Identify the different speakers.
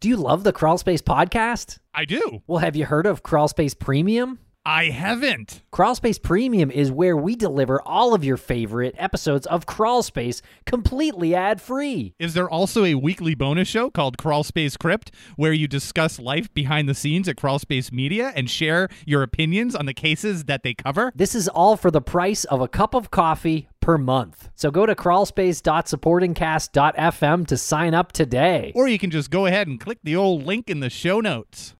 Speaker 1: Do you love the Crawl Space podcast?
Speaker 2: I do.
Speaker 1: Well, have you heard of Crawl Space Premium?
Speaker 2: I haven't.
Speaker 1: Crawl Space Premium is where we deliver all of your favorite episodes of Crawl Space completely ad free.
Speaker 2: Is there also a weekly bonus show called Crawl Space Crypt where you discuss life behind the scenes at Crawl Space Media and share your opinions on the cases that they cover?
Speaker 1: This is all for the price of a cup of coffee per month. So go to crawlspace.supportingcast.fm to sign up today.
Speaker 2: Or you can just go ahead and click the old link in the show notes.